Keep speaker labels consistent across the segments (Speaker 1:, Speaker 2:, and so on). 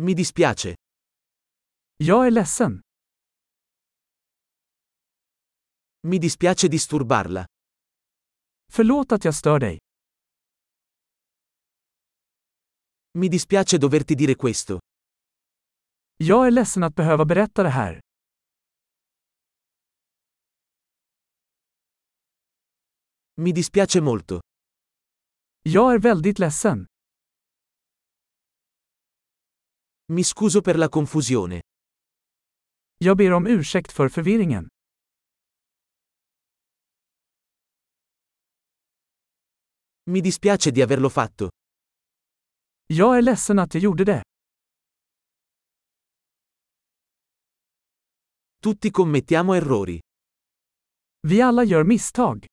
Speaker 1: Mi dispiace.
Speaker 2: Jag är ledsen.
Speaker 1: Mi dispiace disturbarla.
Speaker 2: Förlåt att jag stör dig.
Speaker 1: Mi dispiace doverti dire questo.
Speaker 2: Jag är ledsen att behöva berätta det här.
Speaker 1: Mi dispiace molto.
Speaker 2: Jag är väldigt ledsen.
Speaker 1: Mi scuso per la confusione.
Speaker 2: Jag ber om ursäkt för förvirringen.
Speaker 1: Mi dispiace di averlo fatto.
Speaker 2: Jag är ledsen att jag gjorde det.
Speaker 1: Tutti commettiamo errori.
Speaker 2: Vi alla gör misstag.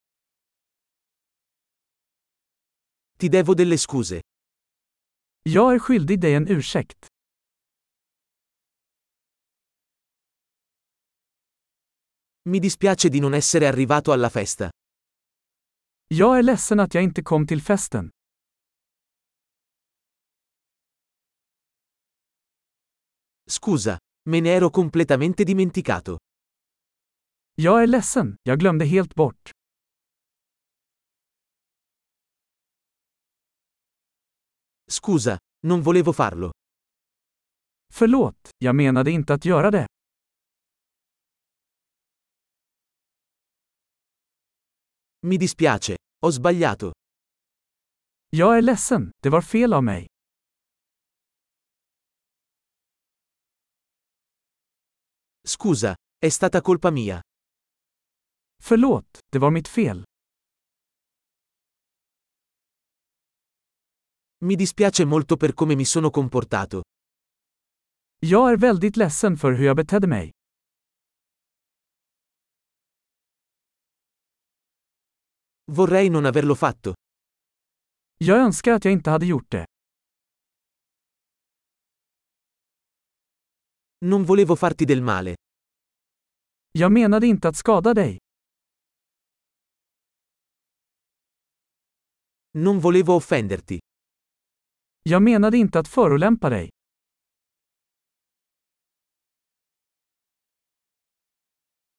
Speaker 1: Ti devo delle scuse.
Speaker 2: Jag är skyldig dig en ursäkt.
Speaker 1: Mi dispiace di non essere arrivato alla festa.
Speaker 2: Jag är ledsen att jag inte kom till festen.
Speaker 1: Scusa, me ne ero completamente dimenticato.
Speaker 2: Jag är ledsen, jag glömde helt bort.
Speaker 1: Scusa, non volevo farlo.
Speaker 2: Förlåt, jag menade inte att göra det.
Speaker 1: Mi dispiace, ho sbagliato.
Speaker 2: Jag är ledsen, det var fel av mig.
Speaker 1: Scusa, è stata colpa mia.
Speaker 2: Förlåt, det var mitt fel.
Speaker 1: Mi dispiace molto per come mi sono comportato.
Speaker 2: Jag är väldigt ledsen för hur jag betedde mig.
Speaker 1: Vorrei non averlo fatto.
Speaker 2: Jag önskar att jag inte hade gjort det.
Speaker 1: Non volevo farti del male.
Speaker 2: Jag menade inte att skada dig.
Speaker 1: Non volevo offenderti.
Speaker 2: Jag menade inte att förolämpa dig.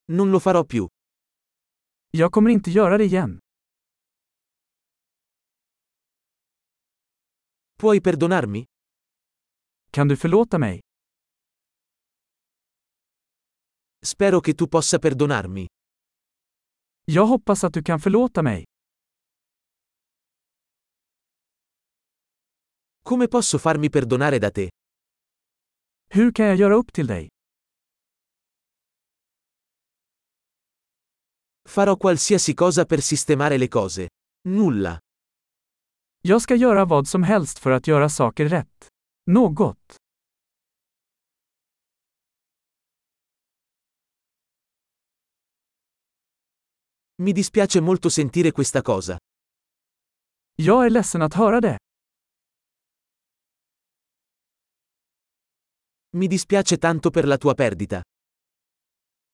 Speaker 1: Non lo farò più.
Speaker 2: Jag kommer inte göra det igen.
Speaker 1: Puoi perdonarmi?
Speaker 2: Kan du förlåta mig?
Speaker 1: Spero che tu possa perdonarmi.
Speaker 2: Jag hoppas att du kan förlåta mig.
Speaker 1: Come posso farmi perdonare da te?
Speaker 2: Hur kan jag göra upp till dig?
Speaker 1: Farò qualsiasi cosa per sistemare le cose. Nulla.
Speaker 2: Jag ska göra vad som helst för att göra saker rätt. Något.
Speaker 1: Mi dispiace molto sentire questa cosa.
Speaker 2: Jag är ledsen att höra det.
Speaker 1: Mi dispiace tanto per la tua perdita.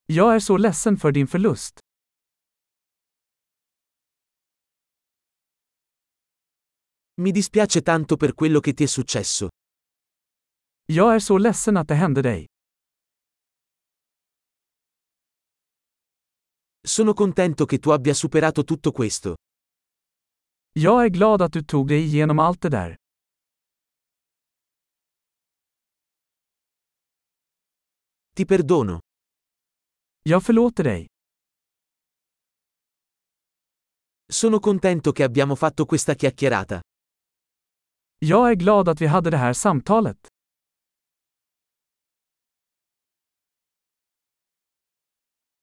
Speaker 2: Jag är så ledsen för din förlust.
Speaker 1: Mi dispiace tanto per quello che ti è successo.
Speaker 2: Jag är så ledsen att det hände dig.
Speaker 1: Sono contento che tu abbia superato tutto questo.
Speaker 2: Jag är glad att du tog dig igenom allt det där.
Speaker 1: Ti perdono.
Speaker 2: Jag förlåter dig.
Speaker 1: Sono contento che abbiamo fatto questa chiacchierata.
Speaker 2: Jag är glad att vi hade det här samtalet.